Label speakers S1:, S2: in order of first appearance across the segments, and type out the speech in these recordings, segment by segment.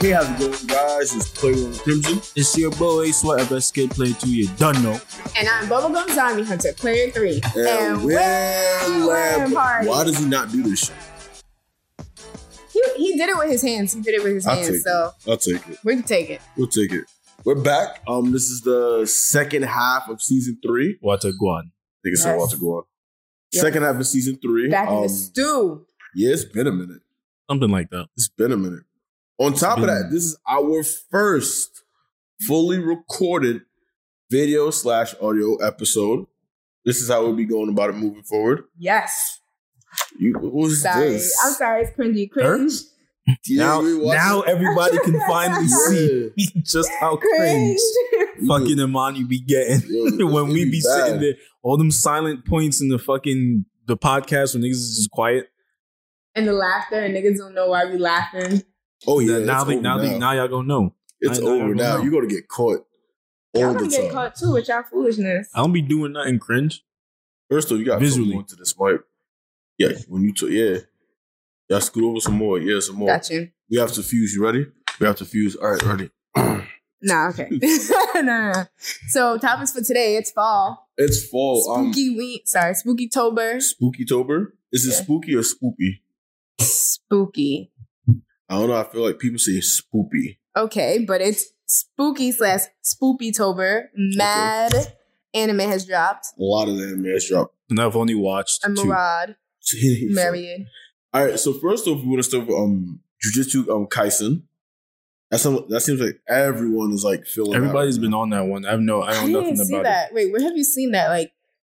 S1: Hey, how's it going, guys? It's Playroom Crimson. It's your boy, Sweat of Escape Player 2. You done know.
S2: And I'm Bubblegum Zombie Hunter, Player 3.
S1: lab-
S2: party.
S1: Why does he not do this shit?
S2: He, he did it with his hands. He did it with his
S1: I'll take
S2: hands, so
S1: it. I'll take it.
S2: we can take it.
S1: We'll take it. We're back. Um, This is the second half of season three.
S3: Walter Guan.
S1: I think it's
S2: Yes.
S1: yes. to go on.
S2: Yep.
S1: Second half of season three.
S2: Back in
S1: Um,
S2: the stew.
S1: yeah, it's been a minute.
S3: Something like that.
S1: It's been a minute. On top of
S3: been-
S1: that, this is our first fully recorded video slash audio episode. This is how we'll be going about it moving forward.
S2: Yes.
S1: You, what was
S2: Sorry.
S1: this?
S2: I'm sorry. It's cringy. Cringe.
S3: Hurts?
S1: Yeah,
S3: Er? now,
S1: we watched
S3: now
S1: it.
S3: everybody can finally see
S1: Yeah.
S3: just how Oh, cringe fucking Imani be getting
S1: Yo, this
S3: when we
S1: is
S3: be
S1: bad.
S3: sitting there. All them silent points in the fucking the podcast when niggas is just quiet.
S2: And the laughter, and niggas don't know why we laughing.
S1: Oh yeah,
S3: now,
S1: it's
S3: they,
S1: over
S3: now, They, now y'all gonna know.
S1: it's
S3: I- I
S1: over
S3: don't
S1: now.
S3: know.
S1: You're gonna get caught all
S2: Y'all
S1: the
S2: gonna get
S1: time.
S2: caught too with y'all foolishness.
S3: I don't be doing nothing cringe.
S1: First of all, you got
S3: Visually.
S1: visually to this mic. Yeah, when you took yeah, y'all scoot over some more. Yeah, some more.
S2: Gotcha.
S1: We have to fuse. You ready? We have to fuse. All right, ready.
S2: Nah, okay. nah, nah, nah. So topics for today, it's fall.
S1: It's fall. Um,
S2: spooky week. Sorry, spooky tober.
S1: spooky tober. Is it
S2: Yeah.
S1: spooky or spoopy?
S2: Spooky.
S1: I don't know. I feel like people say spoopy.
S2: Okay, but it's spooky slash spoopy tober. Mad anime has dropped.
S1: A lot of them has dropped.
S3: And I've only watched
S2: A
S3: two.
S2: Marad, Marion.
S1: All right. So first off, we want to start with um Jujutsu um Kaisen. That's some, that seems like everyone is like feeling. that
S3: Everybody's
S1: right
S3: been
S1: now.
S3: on that one. I have no. I
S2: I,
S3: know
S2: didn't
S3: nothing
S2: see
S3: about it.
S2: that. Wait, where have you seen that? Like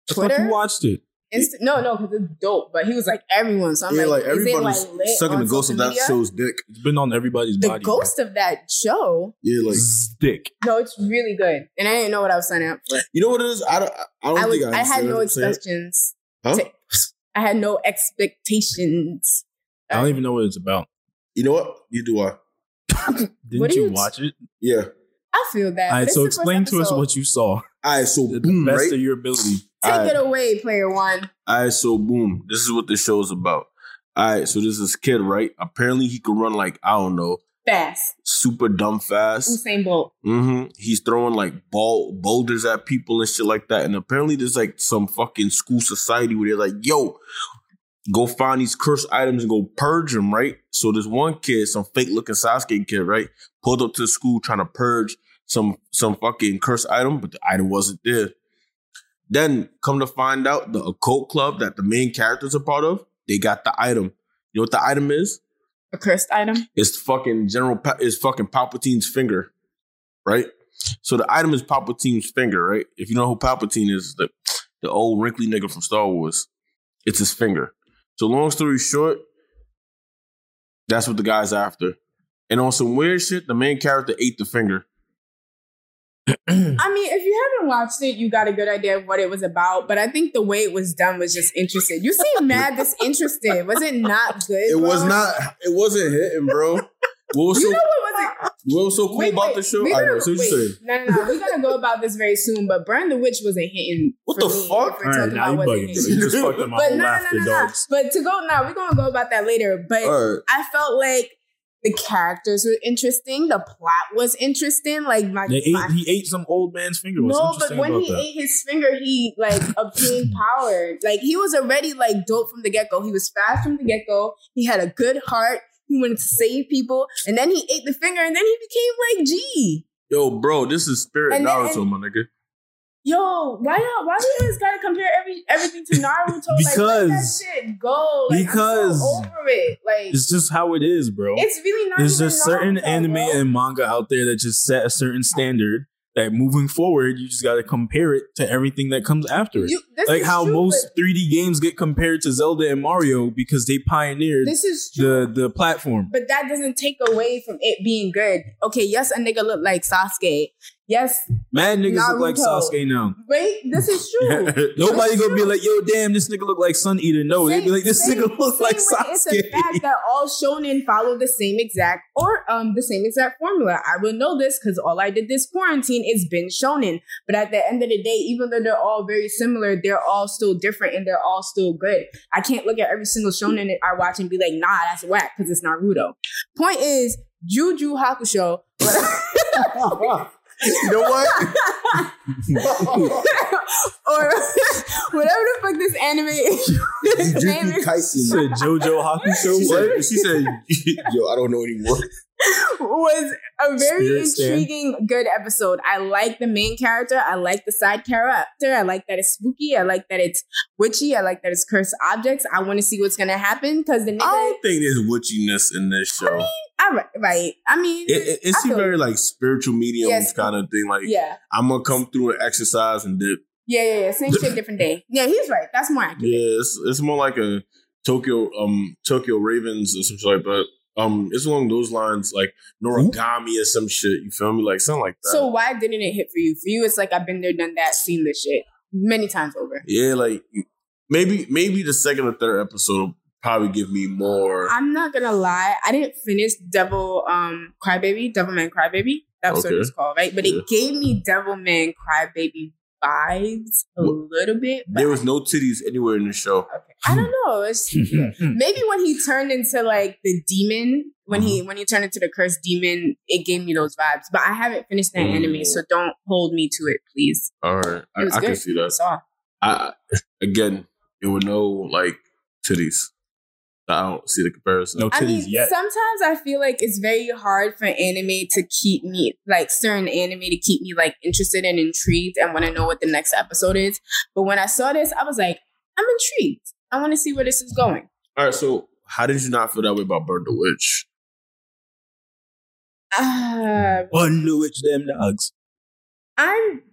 S3: I thought
S2: Twitter?
S3: you watched it.
S2: Insta- no, no, because it's dope. But he was like everyone. So I'm
S1: yeah,
S2: like,
S1: like,
S2: is it
S1: everybody's
S2: like lit
S1: sucking
S2: on
S1: the ghost of that
S2: social media?
S1: show's dick.
S3: It's been on everybody's
S2: The
S3: body. bro.
S2: ghost of that show.
S1: Yeah, like
S3: Stick.
S2: No, it's really good, and I didn't know what I was signing up. for.
S1: you know what it is. I don't. I don't
S2: I was,
S1: think
S2: I, had
S1: understand
S2: no
S1: what I'm saying.
S2: expectations.
S1: Huh?
S2: to- I had no expectations.
S3: I don't even know what it's about.
S1: You know what? You do. I.
S2: What
S3: Didn't
S2: are
S3: you
S2: you-
S3: watch it?
S1: Yeah.
S2: I feel that.
S3: All right.
S2: but
S3: So
S2: it's the first
S3: explain to us
S2: episode.
S3: what you saw.
S1: All right. So
S3: The
S1: boom.
S3: best
S1: Mm, Right.
S3: of your ability.
S2: Take
S1: All right.
S2: it away, player one.
S1: All right, so boom, this is what the show's about. All right, so this is kid, right? Apparently, he can run like I don't know,
S2: Fast.
S1: super dumb fast.
S2: Usain Bolt.
S1: hmm He's throwing like ball boulders at people and shit like that. And apparently, there's like some fucking school society where they're like, "Yo, go find these cursed items and go purge them." Right. So this one kid, some fake looking Sasuke kid, right, pulled up to the school trying to purge some some fucking cursed item, but the item wasn't there. Then come to find out, the occult club that the main characters are part of, they got the item. You know what the item is?
S2: A cursed item.
S1: It's fucking General. Pa- it's fucking Palpatine's finger, right? So the item is Palpatine's finger, right? If you know who Palpatine is, the the old wrinkly nigga from Star Wars, it's his finger. So long story short, that's what the guy's after. And on some weird shit, the main character ate the finger.
S3: Hmm.
S2: I mean, if you haven't watched it, you got a good idea of what it was about. But I think the way it was done was just interesting. You seem mad disinterested. Was it not good?
S1: It was
S2: bro?
S1: not. It wasn't hitting, bro. What was
S2: You
S1: so
S2: know what was it?
S1: what was so cool
S2: Wait,
S1: about
S2: wait,
S1: the show?
S2: we're
S1: I know.
S2: gonna-
S1: So what you
S2: wait,
S1: say?
S2: No, no, no. We're gonna go about this very soon. But Burn the Witch wasn't hitting.
S1: What
S2: for
S1: the
S2: me, if
S1: fuck?
S2: we're
S3: All right,
S2: talking
S3: now you
S2: about what it
S3: bugging, bro.
S2: is.
S3: You just fucked up my
S2: But
S3: whole
S2: no, no,
S3: laughter,
S2: no, no, no.
S3: dogs.
S2: But to go now, we're gonna go about that later. But
S1: All right.
S2: I felt like the characters were interesting. The plot was interesting. Like my,
S3: They
S2: my
S3: ate, he ate some old man's finger. What's
S2: no, but
S3: interesting
S2: when
S3: about
S2: he
S3: that?
S2: ate his finger, he like obtained power. Like he was already like dope from the get go. He was fast from the get go. He had a good heart. He wanted to save people, and then he ate the finger, and then he became like G.
S1: Yo, bro, this is Spirit
S2: And then-
S1: Naruto, my nigga.
S2: Yo, why y'all? Why we always gotta compare every everything to Naruto? like, let that
S3: Because-
S2: shit go. Like, I'm
S3: because-
S2: so over it. Like
S3: it's just how it is, bro.
S2: it's really not.
S3: There's
S2: even
S3: just certain
S2: Naruto,
S3: anime
S2: bro.
S3: and manga out there that just set a certain standard that moving forward, you just got to compare it to everything that comes after it.
S2: You- this
S3: like
S2: is
S3: how
S2: true,
S3: most 3D games get compared to Zelda and Mario because they
S2: but
S3: pioneered
S2: This is true.
S3: the the platform.
S2: But that doesn't take away from it being good. Okay, yes, a nigga looked like Sasuke. Yes,
S3: Mad niggas look like
S2: Naruto.
S3: Sasuke now.
S2: wait, this is true.
S3: Nobody gonna be like, yo, damn, this nigga look like Sun Eater. No, they
S2: Same-
S3: be like, this
S2: same-
S3: nigga look
S2: same
S3: like
S2: way It's a fact
S3: Sasuke.
S2: that all shonen follow the same exact or um the same exact formula. I will know this because all I did this quarantine is been shonen. But at the end of the day, even though they're all very similar, they're all still different and they're all still good. I can't look at every single shonen that I watch and be like, nah, that's whack because it's Naruto. Point is, Juju Hakusho.
S1: you know what?
S2: or whatever the fuck this anime is. name
S4: Jujutsu
S2: is.
S4: Kaisen.
S3: Said JoJo
S1: she
S3: Hakusho.
S1: said,
S3: What?
S1: she said
S4: Yo, I don't know anymore.
S2: was a very
S3: Spirit stand.
S2: intriguing, good episode. I like the main character. I like the side character. I like that it's spooky. I like that it's witchy. I like that it's cursed objects. I want to see what's gonna happen because the nigga.
S1: I don't think there's witchiness in this show.
S2: I ri- right. I mean,
S1: It, it, it
S2: I
S1: seems
S2: feel-
S1: very like spiritual mediums
S2: Yes.
S1: kind of thing. Like
S2: yeah,
S1: I'm gonna come through and exercise and dip.
S2: yeah, yeah, yeah. Same shit, different day. Yeah, he's right. That's more accurate.
S1: Yeah, it's, it's more like a Tokyo um Tokyo Ravens or some shit like that. Um, it's along those lines, like Noragami or some shit. You feel me? Like something like that.
S2: So why didn't it hit for you? For you, it's like I've been there, done that, seen this shit many times over.
S1: yeah, like maybe maybe the second or third episode will probably give me more.
S2: I'm not gonna lie, I didn't finish Devil um Crybaby, Devilman Crybaby. That's what
S1: Okay.
S2: it's called, right? But
S1: Yeah.
S2: it gave me Devilman Crybaby vibes a
S1: What-
S2: little bit. But
S1: there was no titties anywhere in the show.
S2: okay. I don't know. It's maybe when he turned into like the demon, when he
S1: Uh-huh.
S2: when he turned into the cursed demon, it gave me those vibes. But I haven't finished that
S1: Mm.
S2: anime, so don't hold me to it, please.
S1: All right, I,
S2: It was
S1: I can
S2: good.
S1: see that.
S2: That's all.
S1: I I- again, there were no like titties. I don't see the comparison.
S3: No
S2: I mean,
S3: titties yet.
S2: sometimes I feel like it's very hard for anime to keep me like certain anime to keep me like interested and intrigued and want to know what the next episode is. But when I saw this, I was like, I'm intrigued. I want to see where this is going.
S1: All right, so how did you not feel that way about Burn the Witch?
S3: Ah,
S2: Uh,
S3: Under which them dogs.
S2: I'm.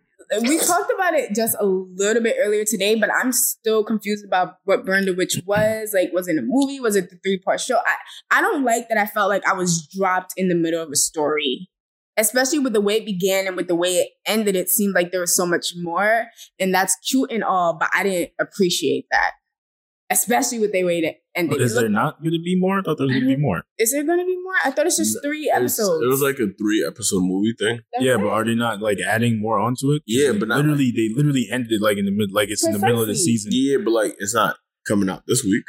S2: We talked about it just a little bit earlier today, but I'm still confused about what Burn the Witch was. Like, was it a movie? Was it the three part show? I, I don't like that I felt like I was dropped in the middle of a story, especially with the way it began and with the way it ended. It seemed like there was so much more, and that's cute and all, but I didn't appreciate that, especially with the way it ended.
S3: Is
S2: It
S3: there
S2: looked-
S3: not going to be more? I thought there was
S2: Uh-huh.
S3: going to be more.
S2: is there going to be more? I thought it's just three
S1: It's-
S2: episodes.
S1: It was like a three episode movie thing.
S2: That's
S3: Yeah,
S2: it.
S3: but are they not like adding more onto it? 'Cause
S1: Yeah,
S3: they
S1: but not-
S3: literally, they literally ended it like in the mid, like it's in the middle of the
S2: Precisely.
S3: season.
S1: Yeah, but like it's not coming out this week.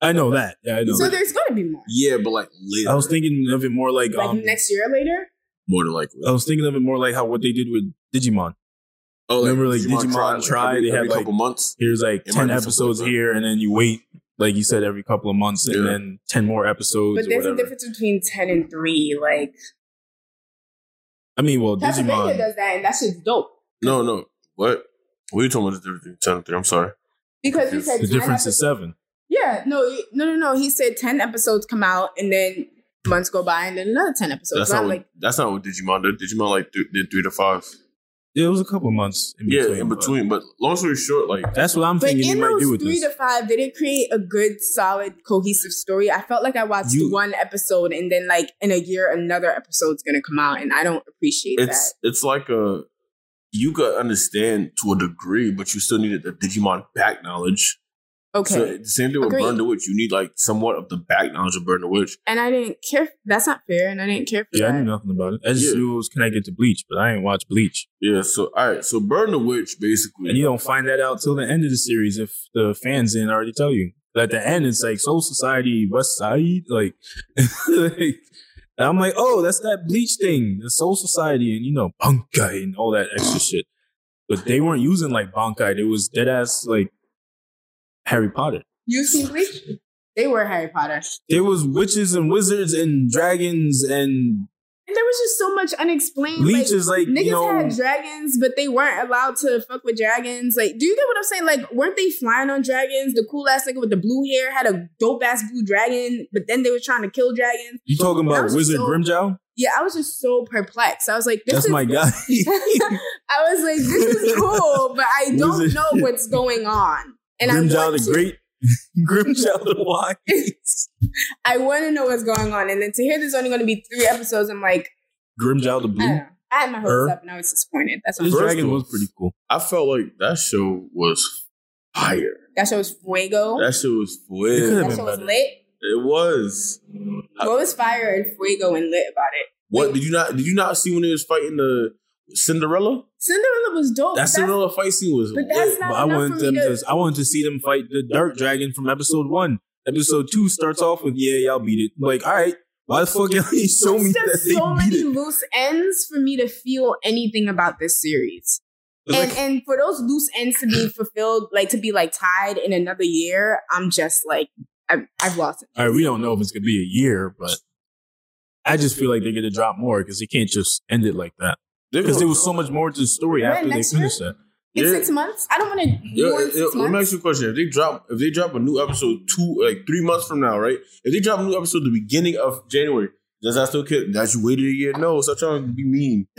S3: I know that. Yeah, I know.
S2: so
S3: that.
S2: there's going to be more,
S1: Yeah, but like later.
S3: I was thinking of it more like,
S2: like
S3: um,
S2: next year or later.
S1: more than likely.
S3: I was thinking of it more like how what they did with Digimon.
S1: Oh,
S3: remember, like, Digimon Try,
S1: every,
S3: they had,
S1: every
S3: like-
S1: couple months.
S3: Here's like
S1: It might be
S3: ten
S1: something
S3: episodes
S1: like that.
S3: here, and then you wait, like you said, every couple of months,
S1: Yeah.
S3: and then ten more episodes.
S2: But
S3: or
S2: there's a
S3: whatever.
S2: difference between ten and three. Like
S3: I mean, well,
S2: Castlevania
S3: Digimon.
S2: does that, and that shit's dope.
S1: No, no. What? What are you talking about? The difference between 10 and 3? I'm sorry.
S2: Because you said
S3: The
S2: 10
S3: difference is
S2: episodes-
S3: seven.
S2: Yeah, no, you- no, no, no. He said ten episodes come out, and then months go by, and then another ten episodes.
S1: that's
S2: So
S1: not
S2: I'm
S1: what,
S2: like,
S1: that's not what Digimon did. Digimon like th- did three to five.
S3: It was a couple of months. In
S1: yeah,
S3: between,
S1: in
S3: but-
S1: between. But long story short, like
S3: That's what I'm
S2: but
S3: thinking.
S2: in
S3: You might do
S2: those
S3: with
S2: three
S3: this.
S2: to five, they didn't create a good, solid, cohesive story. I felt like I watched
S1: You-
S2: one episode, and then like in a year, another episode's gonna come out, and I don't appreciate
S1: it's it's like a you could understand to a degree, but you still needed the Digimon back knowledge.
S2: that. Okay,
S1: So the same thing with
S2: Agreed.
S1: Burn the Witch. You need like somewhat of the back knowledge of Burn the Witch.
S2: and I didn't care. That's not fair, and I didn't care for
S3: Yeah, I
S2: that.
S3: knew nothing about it. I just
S1: Yeah.
S3: knew it was connected to Bleach, but I ain't watch Bleach.
S1: Yeah. So all right. So Burn the Witch basically.
S3: And you don't find that out till the end of the series if the fans didn't already tell you. But at the end, it's like Soul Society, West Side, like, like and I'm like, oh, that's that Bleach thing, the Soul Society, and you know, Bankai and all that extra shit. But they weren't using like Bankai; it was dead ass like Harry Potter.
S2: You seen Bleach? They were Harry Potter.
S3: There was witches and wizards and dragons, and
S2: And there was just so much unexplained.
S3: Bleach
S2: like,
S3: is like
S2: niggas
S3: you know,
S2: had dragons, but they weren't allowed to fuck with dragons. Like, do you get what I'm saying? Like, weren't they flying on dragons? The cool ass nigga with the blue hair had a dope ass blue dragon, but then they were trying to kill dragons.
S3: you talking
S2: That
S3: about
S2: was
S3: Wizard
S2: so-
S3: Grimjow?
S2: Yeah, I was just so perplexed. I was like, this
S3: That's
S2: is
S3: my guy.
S2: I was like, this is cool, but I don't
S3: Wizard-
S2: know what's going on. And I
S3: Grimjow
S2: want
S3: the
S2: to-
S3: Great, Grimjow the Wise.
S2: I want to know what's going on. And then to hear there's only going to be three episodes, I'm like,
S3: Grimjow the
S2: I don't
S3: Blue.
S2: know. I had my
S3: Mm-hmm.
S2: hopes
S3: Her?
S2: up and I was disappointed. That's
S3: This
S1: First
S2: what I'm
S3: dragon
S1: of all-
S3: was pretty cool.
S1: I felt like that show was fire.
S2: That show was Fuego.
S1: That shit was
S3: It could
S1: fire.
S3: have
S2: Oh. That
S3: been
S2: show was
S3: better.
S2: lit.
S1: It was.
S2: What was fire and Fuego and lit about it?
S1: What did you not? Did you not see when they was fighting the Cinderella?
S2: Cinderella was
S1: That
S2: dope. but Oh, that's-
S1: Cinderella fight scene was.
S2: but that's
S1: lit.
S2: not
S3: But I
S2: enough
S3: wanted
S2: for
S3: them
S2: me to.
S3: to, I wanted to see them fight the dark dragon from episode one. Episode two starts off with yeah, y'all beat it. Like, all right, why the fuck y'all ain't show me
S2: There's
S3: that
S2: just
S3: they
S2: so
S3: beat
S2: many
S3: it?
S2: loose ends for me to feel anything about this series.
S3: It's
S2: and
S3: like,
S2: and for those loose ends to be fulfilled, like to be like tied in another year, I'm just like I've, I've lost it.
S3: all right, we don't know if it's gonna be a year, but I just feel like they're gonna drop more because they can't just end it like that.
S1: They're
S3: Because there
S1: gonna-
S3: was so much more to the story
S2: Right,
S3: after they
S2: next year?
S3: finished that.
S2: In
S1: Yeah.
S2: six months, I don't Oh, want to.
S1: Yeah,
S2: ruin
S1: yeah, let
S2: six
S1: me
S2: months.
S1: ask you a question. If they drop, if they drop a new episode two, like three months from now, right? If they drop a new episode the beginning of January, does that still count? That you waited a year? No, stop trying to be mean.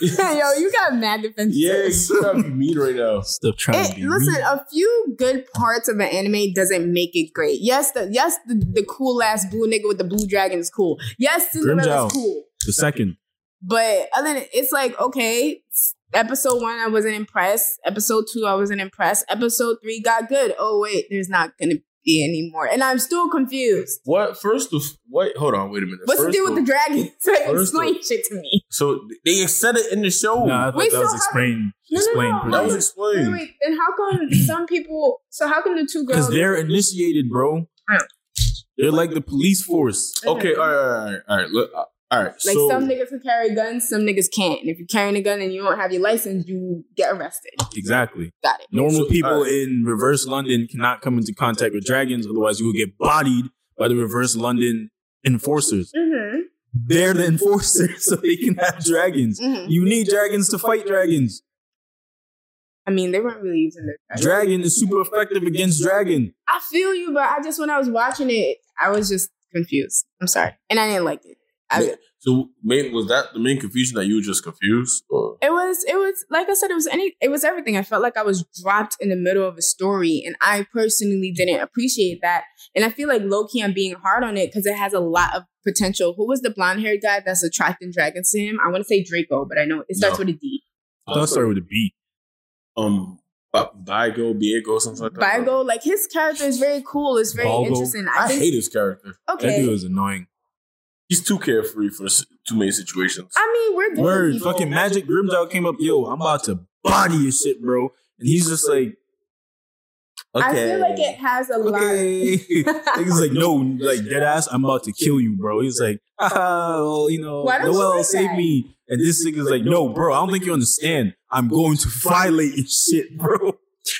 S2: Yo, you got mad defensive.
S1: Yeah, you trying to be mean right now.
S3: Still trying to
S2: It,
S3: be
S2: listen,
S3: mean.
S2: a few good parts of an anime doesn't make it great. Yes, the yes the, the cool ass blue nigga with the blue dragon is cool. Yes, Cinderella
S3: Grimjow.
S2: is cool.
S3: the second.
S2: But other than it's like okay, episode one I wasn't impressed. Episode two I wasn't impressed. Episode three got good. Oh wait, there's not gonna be any more, and I'm still confused.
S1: What first of what? Hold on, wait a minute.
S2: What's to
S1: First
S2: do with
S1: of-
S2: the dragon? Like,
S1: first
S2: explain shit to me.
S1: So they said it in the show.
S3: No, I thought
S2: Oh, We
S3: that
S2: still
S3: was
S2: have-
S3: explained.
S2: No, no,
S3: explained
S2: no,
S3: pretty
S1: that was
S3: well.
S2: Wait,
S1: explained.
S2: wait, then how come some people? So how come the two girls?
S3: Because they're initiated, bro.
S2: Yeah.
S3: They're like the police force.
S1: Okay, all right, all right, all right. Look, uh, all right.
S2: Like
S1: so,
S2: some niggas can carry guns, some niggas can't. And if you're carrying a gun and you don't have your license, you get arrested.
S3: Exactly.
S2: Got it.
S3: Normal
S1: So-
S3: people
S1: alright.
S3: in reverse London cannot come into contact with dragons, otherwise you will get bodied by the reverse London enforcers.
S2: Mm-hmm.
S3: They're the enforcers, so they can have dragons.
S2: mm-hmm.
S3: You need dragons to fight dragons.
S2: I mean, they weren't really using their guns.
S3: Dragon is super effective against dragon.
S2: I feel you, but I just when I was watching it, I was just confused. I'm sorry, and I didn't like it. I,
S1: so main was that the main confusion that you were just confused? Or?
S2: it was it was like I said, it was any it was everything. I felt like I was dropped in the middle of a story, and I personally didn't appreciate that. And I feel like low key I'm being hard on it because it has a lot of potential. Who was the blonde haired guy that's attracting dragons to him? I want to say Draco, but I know it starts
S1: No.
S2: with a D.
S3: I thought it started with a B.
S1: um, Bi- Bigo, Biego, something like that.
S2: Virgo, like his character is very cool. It's very
S3: Virgo.
S2: interesting. I,
S1: I
S2: think
S1: hate his character.
S3: That
S2: okay.
S3: dude was annoying.
S1: He's too carefree for s- too many situations.
S2: I mean, we're different
S3: Word,
S2: people.
S3: fucking Magic Grimdog came up, yo, I'm about to body your shit, bro. And he's just like,
S2: I feel like it has a
S3: okay.
S2: lot.
S3: He's like, no, like dead ass, I'm about to kill you, bro. He's like, ah, well, you know,
S2: Why don't you
S3: Noel,
S2: like
S3: save
S2: that?
S3: me. And this nigga's like, no, bro, I don't think you understand. I'm going to violate your shit, bro.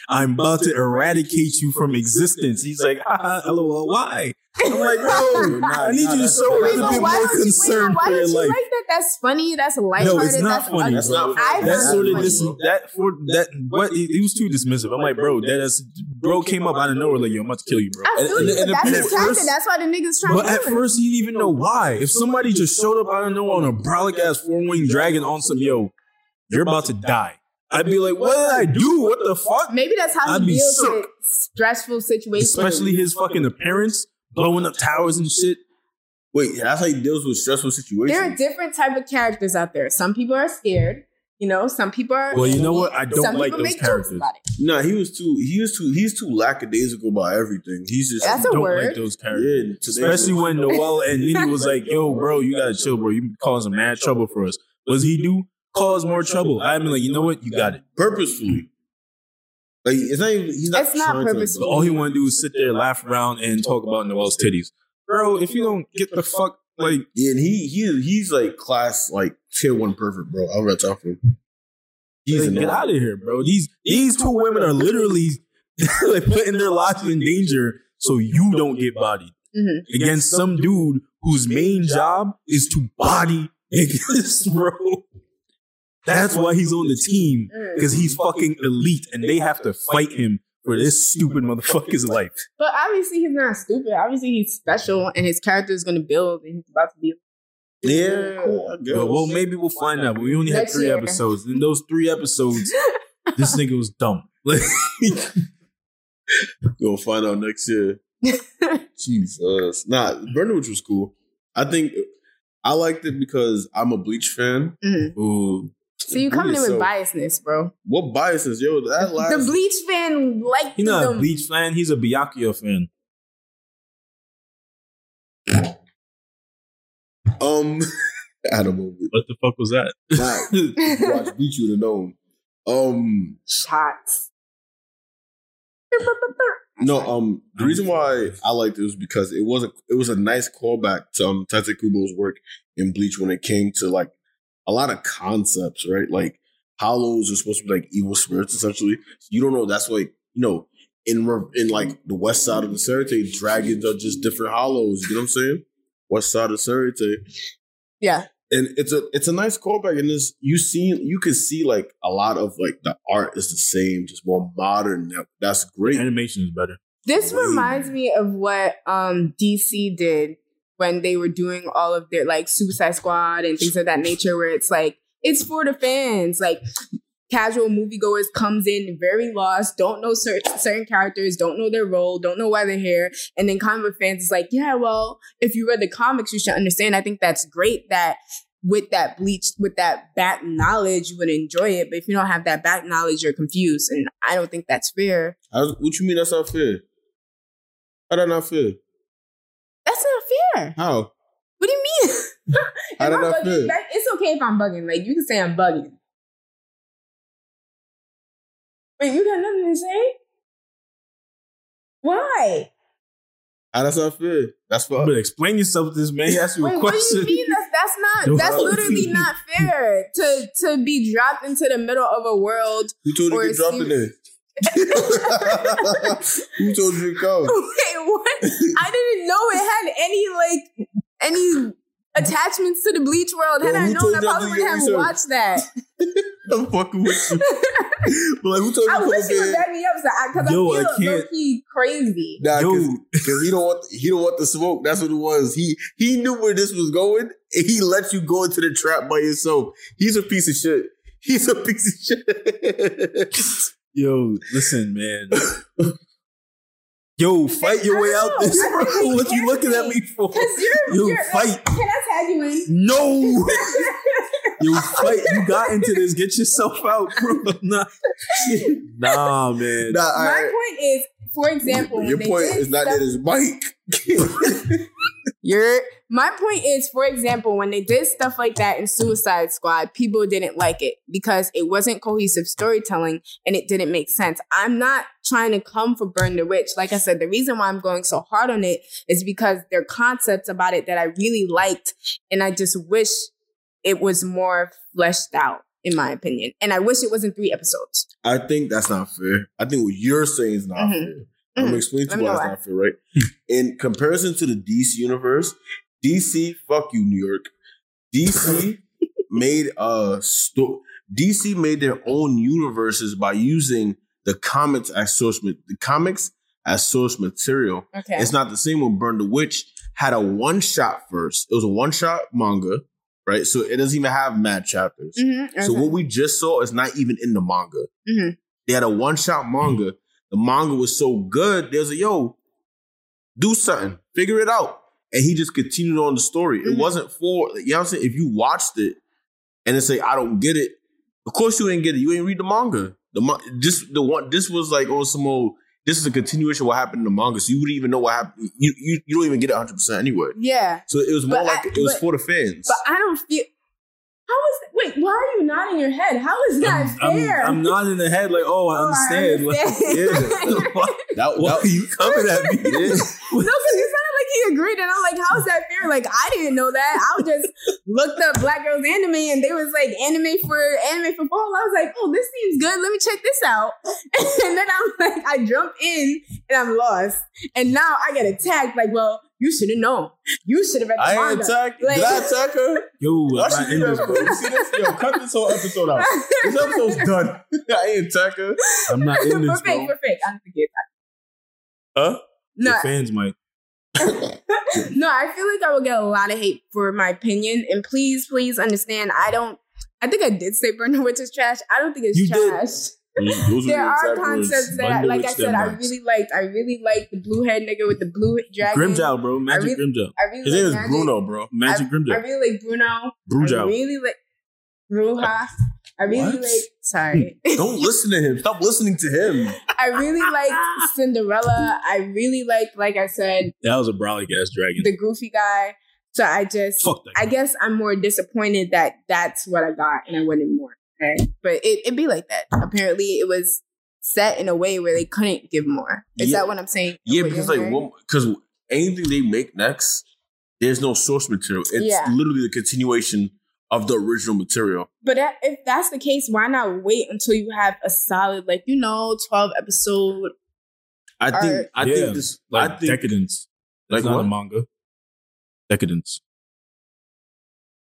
S3: I'm about to eradicate you from existence. He's like, ah, lol, why? I'm like, bro, I need you to show a
S2: Wait,
S3: little
S2: but
S3: bit
S2: why
S3: more
S2: don't you,
S3: concern
S2: wait, but
S3: for
S2: why
S3: your
S2: don't you
S3: life.
S2: like that? That's funny. That's lighthearted.
S3: No, it's not
S2: that's
S3: funny.
S1: That's not.
S2: I
S1: fair.
S2: found
S3: That's sort of
S2: funny.
S3: this that for that what he, he was too dismissive. I'm like, bro, that is bro came up out of nowhere like, yo, I'm about to kill you, bro.
S2: I feel
S1: And-
S2: you,
S1: and-
S2: but that's
S3: and at
S2: attractive.
S3: first-
S2: that's why the niggas trying
S3: But
S2: to
S3: at
S2: do it.
S3: first, he didn't even know why. If somebody just showed up out of nowhere on a brolic ass four winged dragon on some yo, you're about to die. I'd be like, what did I do? What the fuck?
S2: Maybe that's how
S3: I'd
S2: he
S3: be
S2: deals
S3: shook.
S2: with stressful situations.
S3: Especially his fucking appearance, blowing up towers and shit.
S1: Wait, that's how he deals with stressful situations.
S2: there are different type of characters out there. Some people are scared. You know, some people are.
S3: Well, you know what? I don't
S2: some
S3: like
S2: people
S3: those
S2: make jokes
S3: characters.
S2: about it.
S1: no, he was too. He was too. He's too lackadaisical about everything. He's just.
S2: That's a
S3: Don't like
S2: word.
S3: those characters.
S1: yeah, today-
S3: Especially when Noel and Nini was like, yo, bro, you gotta chill, bro. You causing mad trouble for us. What does he do? Cause more trouble. I'd be like, you know what? You got it.
S1: purposefully. Like it's not even. He's not.
S2: It's not
S1: trying to-
S2: purposeful.
S3: But all he want to do is sit there, laugh around, and talk about Noel's titties. Bro, if you don't get the fuck, like,
S1: Yeah, and he he he's like class like tier one perfect, bro. I'm gonna talk for him. He's
S3: Like,
S1: an
S3: get out of here, bro. These these two women are literally like putting their lives in danger so you don't get bodied
S2: Mhm.
S3: against some dude whose main job is to body niggas, bro. That's why he's on the team
S2: Mm.
S3: because he's fucking elite, and they have to fight him for this stupid motherfucker's life.
S2: But obviously he's not stupid. Obviously he's special, and his character is going to build, and he's about to be.
S1: Yeah, I guess.
S3: But, well, maybe we'll find out. But we only had
S2: Next
S3: three
S2: year.
S3: episodes. In those three episodes, this nigga was dumb. Like,
S1: You'll find out next year. Jesus. Nah, Burnovich was cool. I think I liked it because I'm a Bleach fan.
S2: Mhm.
S3: Ooh.
S2: So you coming in with
S1: So-
S2: biasness, bro.
S1: What biases, yo? That last
S2: The Bleach fan liked
S3: He's not a
S2: them.
S3: Bleach fan. He's a Byakuya fan.
S1: um, I don't know.
S3: What the fuck was that?
S1: Nah, if you watch Bleach, you'd have known. Um,
S2: Shots.
S1: no, um, the reason why I liked it was because it was a it was a nice callback to um Tate Kubo's work in Bleach when it came to like a lot of concepts, right? Like hollows are supposed to be like evil spirits essentially. you don't know. That's like you know in re- in like the west side of the Serite, dragons are just different hollows. You know what I'm saying? West side of Serite.
S2: Yeah.
S1: and it's a it's a nice callback and this you see you can see like a lot of like the art is the same just more modern now that's great
S3: Animation is better.
S2: This
S1: Wait.
S2: reminds me of what um DC did when they were doing all of their like Suicide Squad and things of that nature, where it's like it's for the fans, like casual moviegoers comes in very lost, don't know certain certain characters, don't know their role, don't know why they're here, and then comic book fans is like, yeah, well, if you read the comics, you should understand. I think that's great that with that bleach, with that back knowledge, you would enjoy it, but if you don't have that back knowledge, you're confused, and I don't think that's fair.
S1: How- what you mean that's not fair how that not fair
S2: That's not fair.
S1: how
S2: What do you mean? if
S1: How
S2: I'm
S1: did I
S2: bugging,
S1: feel?
S2: that- it's okay if I'm bugging. Like you can say I'm bugging. Wait, you got nothing to say? Why?
S1: how that's not fair that's for
S3: But explain yourself to this man. He asked you
S2: Wait,
S3: a
S2: what do
S3: question.
S2: you mean? That's, that's
S3: Yo.
S2: not. That's literally not fair to to be dropped into the middle of a world.
S1: who told you
S2: Or
S1: to get dropped in there who told you to come
S2: Wait, what? I didn't know it had any like any attachments to the Bleach world. Had
S1: Yo,
S2: I
S1: who
S2: known,
S1: told
S2: I
S1: you
S2: probably
S1: to
S2: would
S1: do
S2: have
S1: your
S2: watched that.
S1: I'm fucking with you but like who told you
S2: I
S1: to come
S2: wish
S1: up
S2: you would
S1: here
S2: back me up so I, cause
S3: Yo, I
S2: I feel
S3: can't-
S2: low key crazy.
S1: Nah,
S3: Yo,
S1: because he don't want he don't want the smoke. That's what it was. He he knew where this was going, and he let you go into the trap by yourself. He's a piece of shit. He's a piece of shit.
S3: yo, listen, man. yo, fight your way out this,
S2: I don't know. I
S3: bro.
S2: think
S3: What
S2: he
S3: you looking at me for?
S2: Cause you're,
S3: Yo,
S2: you're
S3: fight.
S2: Like, can I tag you in?
S3: No, you fight. You got into this. Get yourself out, bro. Nah, nah, man.
S1: Nah, all
S2: My
S1: right.
S2: point is, for example, when
S1: your
S2: they
S1: point
S2: did
S1: is not
S2: stuff-
S1: that it's Mike.
S2: You're my point is, for example, when they did stuff like that in Suicide Squad, people didn't like it because it wasn't cohesive storytelling and it didn't make sense. I'm not trying to come for Burn the Witch. Like I said, the reason why I'm going so hard on it is because there are concepts about it that I really liked and I just wish it was more fleshed out, in my opinion. And I wish it wasn't three episodes.
S1: I think that's not fair. I think what you're saying is not
S2: Mhm.
S1: fair. I'm gonna
S2: Mhm.
S1: explain to
S2: Let
S1: you
S2: me
S1: why
S2: know
S1: it's
S2: why.
S1: not fair, right? In comparison to the DC universe, DC, fuck you, New York. DC made a sto- DC made their own universes by using the comics as source ma- the comics as source material.
S2: Okay.
S1: It's not the same when Burn the Witch had a one shot first. It was a one shot manga, right? So it doesn't even have mad chapters.
S2: Mhm,
S1: So
S2: okay.
S1: what we just saw is not even in the manga.
S2: Mhm.
S1: They had a one shot
S3: Mm-hmm.
S1: manga. The manga was so good. There's a yo, do something, figure it out, and he just continued on the story. It
S2: Mhm.
S1: wasn't for you know what I'm saying. If you watched it and then say I don't get it, of course you ain't get it. You ain't read the manga. The mon- this the one this was like on some old. This is a continuation of what happened in the manga, so you wouldn't even know what happened. You you, you don't even get it 100 percent anyway.
S2: yeah.
S1: So it was more
S2: But I-
S1: like it was
S2: but-
S1: for the fans.
S2: But I don't feel. How is wait? Why are you nodding your head? How is that
S3: I'm, I'm,
S2: fair?
S3: I'm not in the head. Like, oh, I
S2: Oh, I
S3: understand.
S2: understand.
S3: Like, why,
S1: that,
S3: why are
S1: that,
S3: you coming at me?
S2: no, because you sounded like he agreed, and I'm like, how is that fair? Like I didn't know that. I just looked up Black Girls Anime, and they was like anime for anime for fall. I was like, oh, this seems good. Let me check this out. And then I'm like, I jump in, and I'm lost. And now I get attacked. Like, well, you should have known. You should have read the
S1: I ain't
S2: manga.
S1: attack. did I
S2: Like-
S1: attack her?
S3: Yo, I'm
S1: Why
S3: not
S1: she
S3: in
S1: do
S3: this,
S1: that,
S3: bro.
S1: bro? You see this? Yo, cut this whole episode out. This episode's done. I ain't attack her.
S3: I'm not in
S2: for
S3: this,
S2: fake,
S3: bro.
S2: for fake. I forget.
S3: Huh?
S2: No,
S3: The fans might.
S2: no, I feel like I will get a lot of hate for my opinion. And please, please understand, I don't. I think I did say Burn the Witch is trash. I don't think it's
S3: You did.
S2: trash.
S1: Those were the
S2: there are
S1: exact words.
S2: concepts that, I,
S3: Bundle
S2: like
S3: with
S2: I
S3: stem
S2: said, I
S3: backs.
S2: really liked. I really liked the blue head nigga with the blue dragon.
S3: Grimjow, bro. Magic
S2: really-
S3: Grimjow.
S2: I really
S1: His name
S2: like
S1: is
S2: Magic.
S1: Bruno, bro.
S3: Magic
S2: I
S3: Grimjow.
S2: really like Bruno. I
S3: Brujow.
S2: really like Ruha. I really
S3: What?
S2: like. Sorry.
S1: Don't listen to him. Stop listening to him.
S2: I really liked Cinderella. I really liked, like I said,
S3: That was a brolic ass dragon.
S2: the goofy guy. So I just,
S3: Fuck that.
S2: I guess I'm more disappointed that that's what I got and I wanted more. Okay. But it, it'd be like that. Apparently, it was set in a way where they couldn't give more. Is
S1: Yeah.
S2: that what I'm saying?
S1: Yeah,
S2: What
S1: because
S2: you're
S1: like,
S2: hearing?
S1: because anything they make next, there's no source material. It's
S2: Yeah.
S1: literally the continuation of the original material.
S2: But that, if that's the case, why not wait until you have a solid, like, you know, 12 episode?
S1: I think.
S2: Alright.
S1: I
S3: Yeah,
S1: think this.
S3: Like
S1: I think.
S3: decadence. That's
S1: like
S3: not
S1: what?
S3: a manga. Decadence.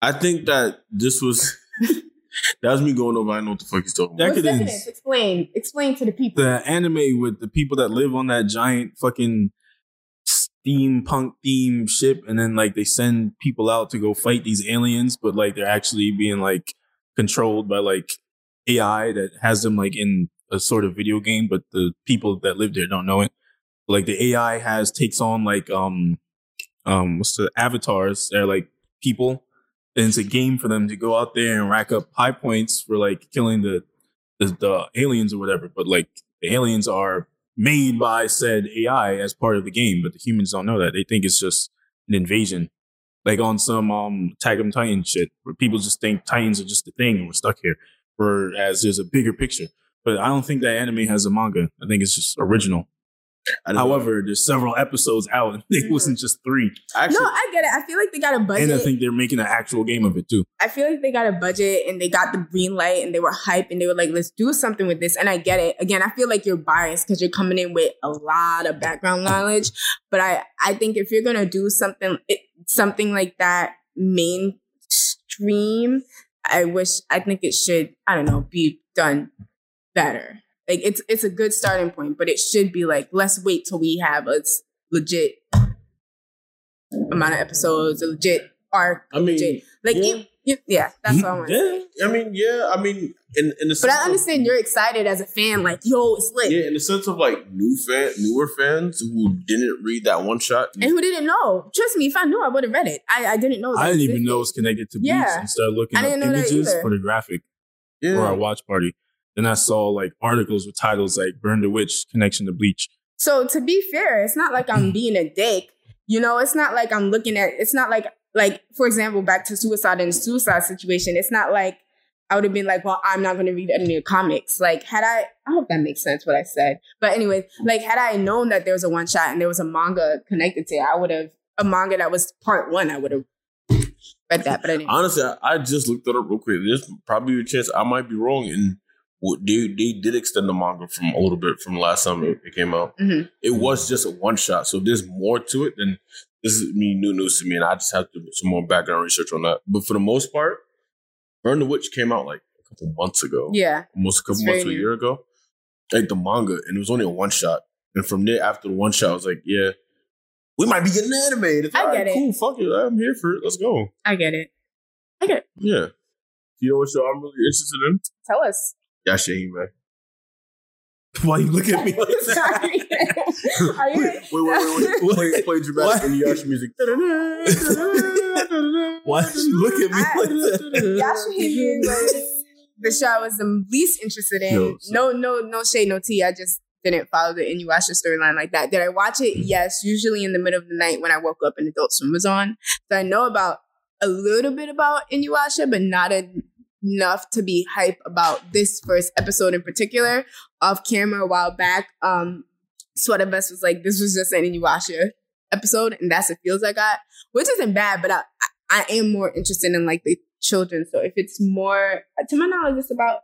S1: I think that this was. that was me going over. I know what the fuck he's talking about.
S3: That-
S2: What's
S3: Decadence.
S2: decadence? Explain. Explain to the people.
S3: The anime with the people that live on that giant fucking steampunk theme ship, and then like they send people out to go fight these aliens, but like they're actually being like controlled by like AI that has them like in a sort of video game, but the people that live there don't know it. Like the AI has takes on like um um what's the avatars? They're like people. And it's a game for them to go out there and rack up high points for like killing the the, the aliens or whatever. But like the aliens are made by said AI as part of the game, but the humans don't know that. They think it's just an invasion. Like on some um Attack on Titan shit, where people just think Titans are just a thing and we're stuck here. Whereas there's a bigger picture. But I don't think that anime has a manga. I think it's just original.
S1: I don't know.
S3: However, there's several episodes out and it wasn't just three.
S1: actually,
S2: no, I get it. I feel like they got a budget.
S3: And I think they're making an actual game of it too.
S2: I feel like they got a budget and they got the green light and they were hype and they were like, let's do something with this. And I get it. Again, I feel like you're biased because you're coming in with a lot of background knowledge. But I, I think if you're gonna do something it, something like that mainstream, I wish I think it should, I don't know, be done better. Like it's it's a good starting point, but it should be like, let's wait till we have a s- legit amount of episodes, a legit arc
S1: I mean,
S2: legit. Like,
S1: Yeah.
S2: you- you- yeah, that's what I want.
S1: yeah, I mean, yeah, I mean, in in the
S2: But
S1: sense
S2: I
S1: of-
S2: understand you're excited as a fan, like, yo, it's lit.
S1: Yeah, in the sense of like new fan, newer fans who didn't read that one shot.
S2: And who didn't know? Trust me, if I knew, I would have read it. I, I didn't know. that
S3: I didn't even
S2: existed.
S3: know it's connected to Bleach
S2: Yeah.
S3: and started looking
S2: I
S3: up
S2: didn't know that
S3: images
S2: either.
S3: for the graphic.
S1: Yeah,
S3: for our watch party. Then I saw like articles with titles like "Burn the Witch" connection to Bleach.
S2: So to be fair, it's not like
S1: Mm.
S2: I'm being a dick. You know, it's not like I'm looking at. It's not like like for example, back to suicide and suicide situation. It's not like I would have been like, well, I'm not going to read any of comics. Like had I, I hope that makes sense what I said. But anyway, like had I known that there was a one shot and there was a manga connected to it, I would have a manga that was part one. I would have read that. But anyway,
S1: honestly, I, I just looked it up real quick. There's probably a chance I might be wrong, and what they they did extend the manga from a little bit from last time it, it came out.
S2: Mhm.
S1: It was just a one shot, so if there's more to it. Then this is me new news to me, and I just have to do some more background research on that. But for the most part, Burn the Witch came out like a couple months ago.
S2: yeah,
S1: almost a couple
S2: It's
S1: months to
S2: very
S1: a
S2: new.
S1: year ago, like the manga, and it was only a one shot. And from there, after the one shot, I was like, yeah, we might be getting animated. It's
S2: I
S1: all
S2: get it.
S1: Cool, fuck it, I'm here for it. Let's go.
S2: I get it. I get it.
S1: Yeah. You know what show I'm really interested in?
S2: Tell us.
S1: Yashahime. man.
S3: Why you look at me like that?
S2: Sorry. Are you?
S1: wait, wait, wait, wait. play, play dramatic
S3: Why?
S1: Inuyasha music.
S3: Why did you look at me
S2: I-
S3: like that?
S2: Yashahime was the show I was the least interested in.
S3: No,
S2: No,
S3: so-
S2: no, no, shade, no tea. I just didn't follow the Inuyasha storyline like that. Did I watch it? Yes, usually in the middle of the night when I woke up and Adult Swim was on. So I know about a little bit about Inuyasha, but not enough to be hype about this first episode in particular. Off camera a while back, um, Sweater Vest was like, "This was just an Inuyasha episode, and that's the feels I got." which isn't bad, but I, I I am more interested in like the children. So if it's more, to my knowledge, it's about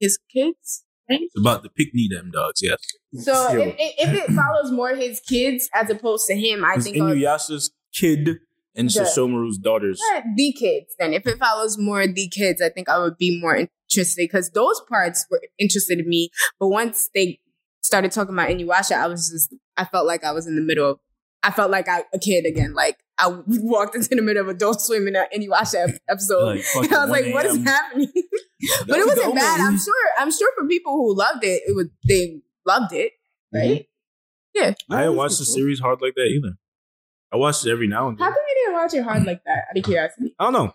S2: his kids, right?
S3: It's about the Pickney them dogs. Yes,
S2: So
S1: Yo.
S2: if, if, if it follows more his kids as opposed to him, I
S3: it's
S2: think I'll-
S3: Inuyasha's kid and
S2: Yeah.
S3: Shishomaru's daughters.
S2: Eh, the kids. Then if it follows more the kids, I think I would be more interested because those parts were interested in me. But once they started talking about Inuyasha, I was just I felt like I was in the middle. of I felt like I, a kid again. Like I walked into the middle of Adult Swim in an Inuyasha ep- episode.
S3: Like, fucking
S2: I was like,
S3: 1
S2: what is
S3: a.m.
S2: happening? but it wasn't bad. I'm sure. I'm sure for people who loved it, it was they loved it,
S3: Mm-hmm.
S2: right?
S3: I didn't watch the series hard like that either. I watched it every now and
S2: How
S3: then.
S2: come you didn't watch it hard like that? Out of curiosity,
S3: I don't know.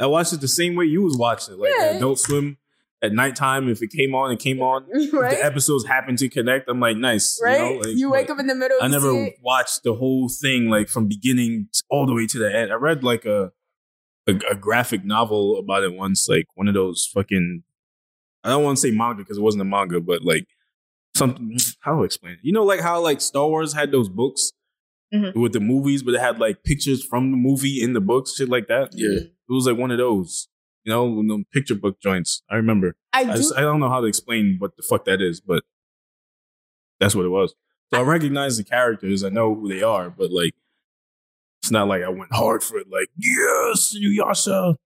S3: I watched it the same way you was watching it, like
S2: Yeah.
S3: Adult Swim at nighttime. If it came on, it came on. If
S2: right?
S3: the episodes happened to connect, I'm like, nice,
S2: right?
S3: You,
S2: You,
S3: know, like,
S2: wake
S3: but
S2: up in the middle.
S3: I
S2: you see
S3: never
S2: it.
S3: watched the whole thing like from beginning t- all the way to the end. I read like a, a a graphic novel about it once, like one of those fucking. I don't want to say manga because it wasn't a manga, but like something. How do I explain it? You know, like how like Star Wars had those books
S2: Mhm.
S3: with the movies, but it had like pictures from the movie in the books, shit like that.
S5: Yeah.
S3: It was like one of those, you know, one of them picture book joints. I remember.
S2: I do.
S3: I, just, I don't know how to explain what the fuck that is, but that's what it was. So I recognize the characters, I know who they are, but like, it's not like I went hard for it. Like, yes, Yasha.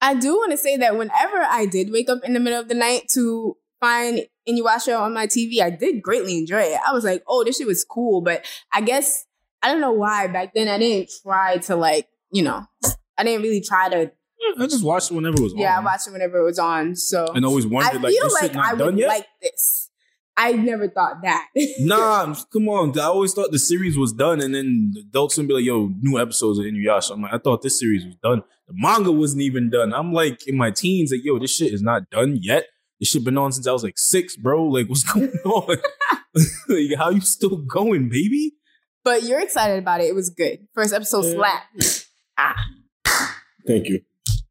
S2: I do want to say that whenever I did wake up in the middle of the night to find Inuyasha on my TV, I did greatly enjoy it. I was like, oh, this shit was cool. But I guess I don't know why back then I didn't try to like, you know, I didn't really try to.
S3: I just watched it whenever it was
S2: Yeah, I
S3: on,
S2: watched it whenever it was on. So
S3: Uh-huh. and always
S2: I
S3: wondered like,
S2: feel
S3: this shit
S2: like
S3: not
S2: I
S3: done
S2: would
S3: yet.
S2: like this. I never thought that.
S3: nah, come on. I always thought the series was done, and then the adults would be like, "Yo, new episodes of Inuyasha." I'm like, I thought this series was done. The manga wasn't even done. I'm like in my teens, like, "Yo, this shit is not done yet. This shit been on since I was like six, bro. Like, what's going on? like, how you still going, baby?
S2: but you're excited about it. It was good. First episode
S3: Yeah.
S2: slap.
S1: Thank you.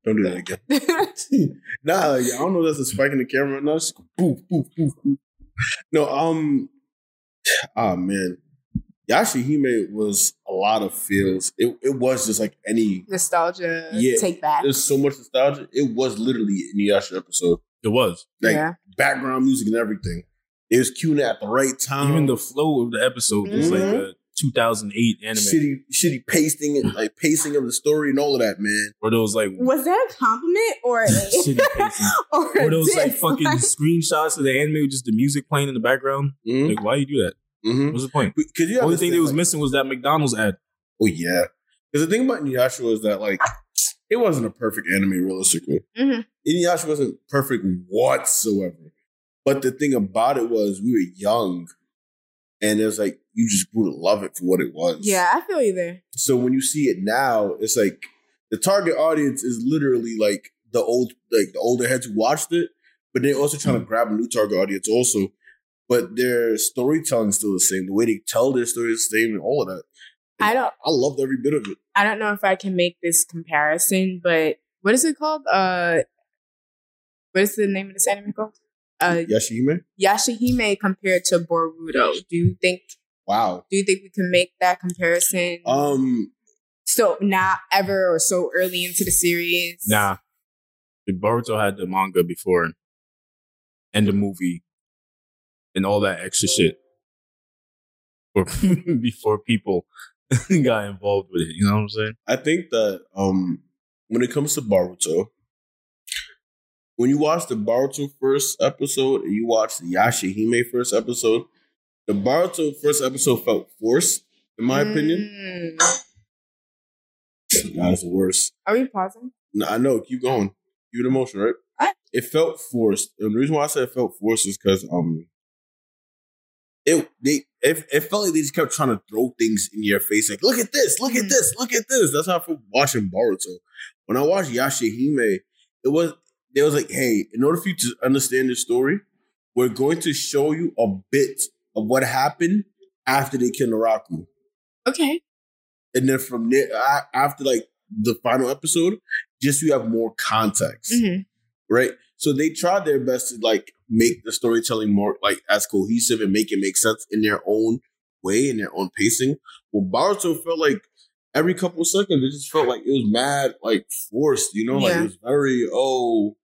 S1: Don't do that again. Nah, like, I don't know. if That's a spike in the camera. No, it's just poof, poof, poof, poof. No, um, ah man, Yashihime was a lot of feels. It it was just like any.
S2: Nostalgia.
S1: Yeah.
S2: Take back.
S1: There's so much nostalgia. It was literally an Inuyasha episode.
S3: It was
S1: Like
S2: yeah.
S1: background music and everything. It was cueing at the right time.
S3: even the flow of the episode was like a 2008 anime,
S1: shitty, shitty pasting and like pacing of the story and all of that, man.
S3: or those like
S2: Was that a compliment or
S3: shitty pacing.
S2: or, a
S3: Or those like
S2: diss?
S3: fucking screenshots of the anime, with just the music playing in the background.
S1: Mm-hmm.
S3: Like, why you do that? What's the point?
S1: Because you
S3: Only thing
S1: understand,
S3: that was
S1: like,
S3: missing was that McDonald's ad.
S1: Oh yeah. Because the thing about Inuyasha is that like it wasn't a perfect anime realistically.
S2: Mhm.
S1: Inuyasha wasn't perfect whatsoever. But the thing about it was we were young, and it was like you just grew to love it for what it was.
S2: Yeah, I feel you there.
S1: So when you see it now, it's like the target audience is literally like the old, like the older heads who watched it, but they're also trying to grab a new target audience also. But their storytelling's still the same. The way they tell their story is the same, and all of that.
S2: I don't
S1: I loved every bit of it.
S2: I don't know if I can make this comparison, but what is it called? Uh what is the name of this anime called? Uh
S1: Yashihime.
S2: Yashihime compared to Boruto. Do you think
S1: Wow.
S2: do you think we can make that comparison
S1: Um.
S2: so not ever or so early into the series?
S3: Nah. The Boruto had the manga before and the movie and all that extra shit for, before people got involved with it. You know what I'm saying?
S1: I think that um, when it comes to Baruto, when you watch the Baruto first episode and you watch the Yashihime first episode, the Baruto first episode felt forced, in my opinion.
S2: Mm.
S1: That is the worst.
S2: Are we pausing?
S1: No, I know. Keep going. Keep it emotional, right?
S2: What?
S1: It felt forced, and the reason why I said it felt forced is because um, it they it, it felt like they just kept trying to throw things in your face, like look at this, look at this, look at this. That's how I felt watching Boruto. When I watched Yashahime, it was they was like, hey, in order for you to understand this story, we're going to show you a bit of what happened after they killed Naraku.
S2: Okay.
S1: And then from there, a- after like the final episode, just so you have more context,
S2: Mhm.
S1: right? So they tried their best to like make the storytelling more like as cohesive and make it make sense in their own way, in their own pacing. Well, Baruto felt like every couple of seconds, it just felt like it was mad, like forced, you know, like
S2: Yeah.
S1: it was very, oh,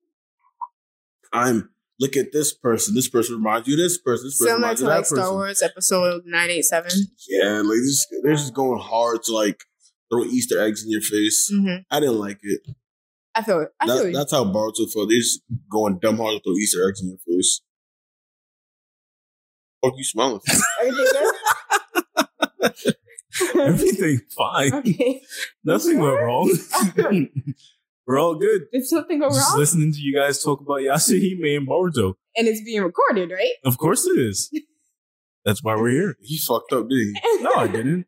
S1: I'm. Look at this person. This person reminds you of this person. This person
S2: Similar
S1: reminds
S2: to
S1: you of that
S2: like
S1: person.
S2: Star Wars episode nine eight seven.
S1: Yeah, like this, they're just going hard to like throw Easter eggs in your face.
S2: Mm-hmm.
S1: I didn't like it.
S2: I feel it. I feel
S1: That,
S2: you.
S1: that's how Baruto felt. They're just going dumb hard to throw Easter eggs in your face. Fuck you smiling. for?
S3: Everything fine.
S2: okay.
S3: Nothing went wrong. We're all good.
S2: Did something go
S3: Just
S2: wrong?
S3: listening to you guys talk about Yasuhime and Boruto.
S2: And it's being recorded, right?
S3: Of course it is. That's why we're here.
S1: He fucked up, did
S3: No, I didn't.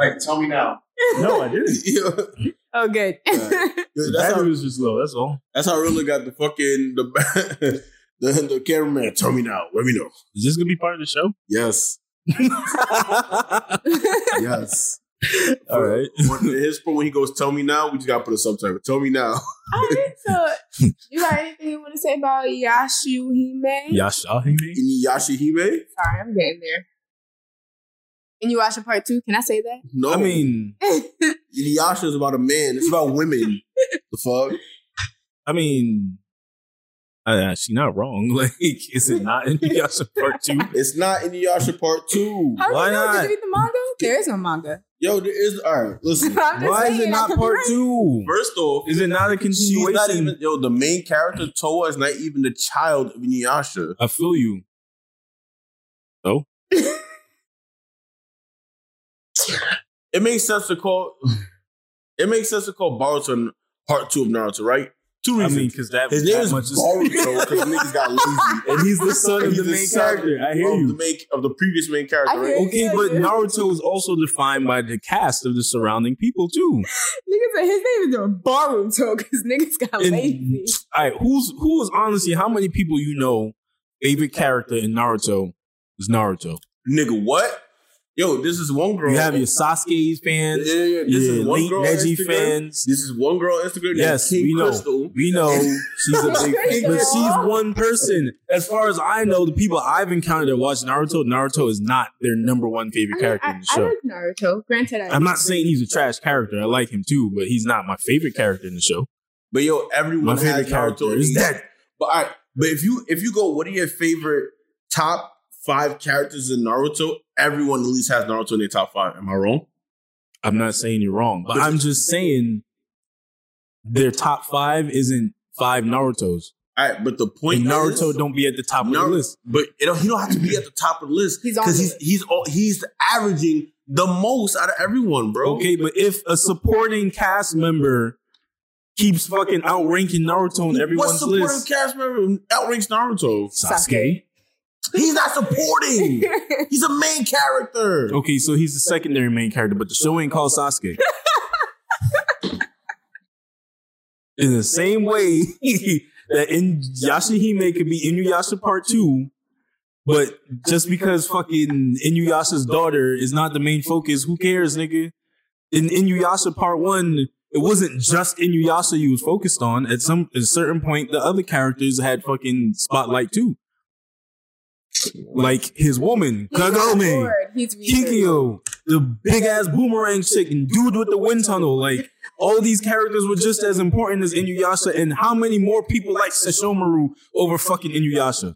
S6: Like, tell me now.
S3: No, I didn't.
S1: he? yeah.
S2: oh, good.
S1: Yo,
S3: The
S1: that's,
S3: battery
S1: how,
S3: was just low. That's all.
S1: that's how I really got the fucking the, the the cameraman. Tell me now. Let me know.
S3: Is this gonna be part of the show?
S1: Yes. Yes.
S3: all right.
S1: when, his point when he goes, "Tell me now," we just gotta put a subtitle. Tell me now.
S2: All right, so you got anything you want to say about Yashuhime?
S3: Yasuhime.
S1: Inuyasha Hime?
S2: Sorry, I'm getting there. And you watching part two? Can I say that?
S1: No,
S3: I mean,
S1: Inuyasha is about a man. It's about women. the fuck?
S3: I mean, I, I, she's not wrong. Like, is it not in Yasuhime part two?
S1: It's not Inuyasha Part Two.
S2: How do
S3: Why
S2: you know? Did
S3: not?
S2: you read the manga? There is no manga.
S1: Yo, there is all right. Listen,
S2: I'm just
S3: Why is it
S2: saying, I
S3: not
S2: could be
S3: part
S2: right.
S3: two?
S1: first off,
S3: Is it not a
S1: she's
S3: continuation?
S1: not even yo. The main character Toa is not even the child of Inuyasha.
S3: I feel you.
S1: It makes sense to call. It makes sense to call Boruto Part Two of Naruto, right? Two
S3: I
S1: reasons.
S3: mean, because that
S1: his
S3: that
S1: name is
S3: much is-
S1: Boruto because niggas got lazy.
S3: and he's the son of
S1: He's
S3: the main
S1: son
S3: character. I hear
S1: of
S3: you.
S1: The main, of the previous main character,
S2: I
S1: right?
S2: hear you.
S3: Okay, but Naruto is also defined by the cast of the surrounding people too.
S2: Niggas, said his name is doing Baruto because niggas got
S3: And-
S2: lazy.
S3: All right, who's who is honestly how many people you know favorite character in Naruto is Naruto.
S1: Nigga, what? Yo, this is one girl.
S3: You have your Sasuke
S1: yeah,
S3: fans,
S1: yeah, yeah. This is
S3: your
S1: one
S3: Le-
S1: girl. on
S3: Neji
S1: Instagram.
S3: fans.
S1: This is one girl on Instagram. named
S3: Yes,
S1: King
S3: we know.
S1: Crystal.
S3: We know she's a big,
S2: Crystal.
S3: but she's one person. As far as I know, the people I've encountered that watch Naruto, Naruto is not their number one favorite character
S2: I,
S3: in the
S2: I
S3: show.
S2: like Naruto. Granted, I
S3: I'm not
S2: disagree.
S3: saying he's a trash character. I like him too, but he's not my favorite character in the show.
S1: But yo,
S3: My
S1: everyone has
S3: favorite character
S1: Naruto.
S3: is
S1: He's-
S3: that.
S1: But all right, but if you if you go, what are your favorite top five characters in Naruto? Everyone at least has Naruto in their top five. Am I wrong?
S3: I'm not saying you're wrong, but
S1: But-
S3: I'm just saying their top five isn't five Narutos.
S1: All right, but the point
S3: And
S1: is-
S3: Naruto don't be at the top of
S1: Naru-
S3: the list.
S1: but it don't, he don't have to be at the top of the list
S2: He's on
S1: because
S2: the
S1: he's he's all, he's averaging the most out of everyone, bro.
S3: Okay, but if a supporting cast member keeps fucking outranking Naruto on
S1: What
S3: everyone's
S1: supporting
S3: list,
S1: cast member outranks Naruto?
S3: Sasuke.
S1: He's not supporting. he's a main character.
S3: Okay, so he's the secondary main character, but the show ain't called Sasuke. in the same way that in Yashahime could be Inuyasha Part 2, but just because fucking Inuyasha's daughter is not the main focus, who cares, nigga? In Inuyasha Part 1, it wasn't just Inuyasha you was focused on. At some at a certain point, the other characters had fucking spotlight too. Like his woman,
S2: He's not
S3: Kagome.
S2: bored. He's weird.
S3: Kikyo, the big ass boomerang chick, and dude with the wind tunnel. Like, all these characters were just as important as Inuyasha, and how many more people like Sesshomaru over fucking Inuyasha?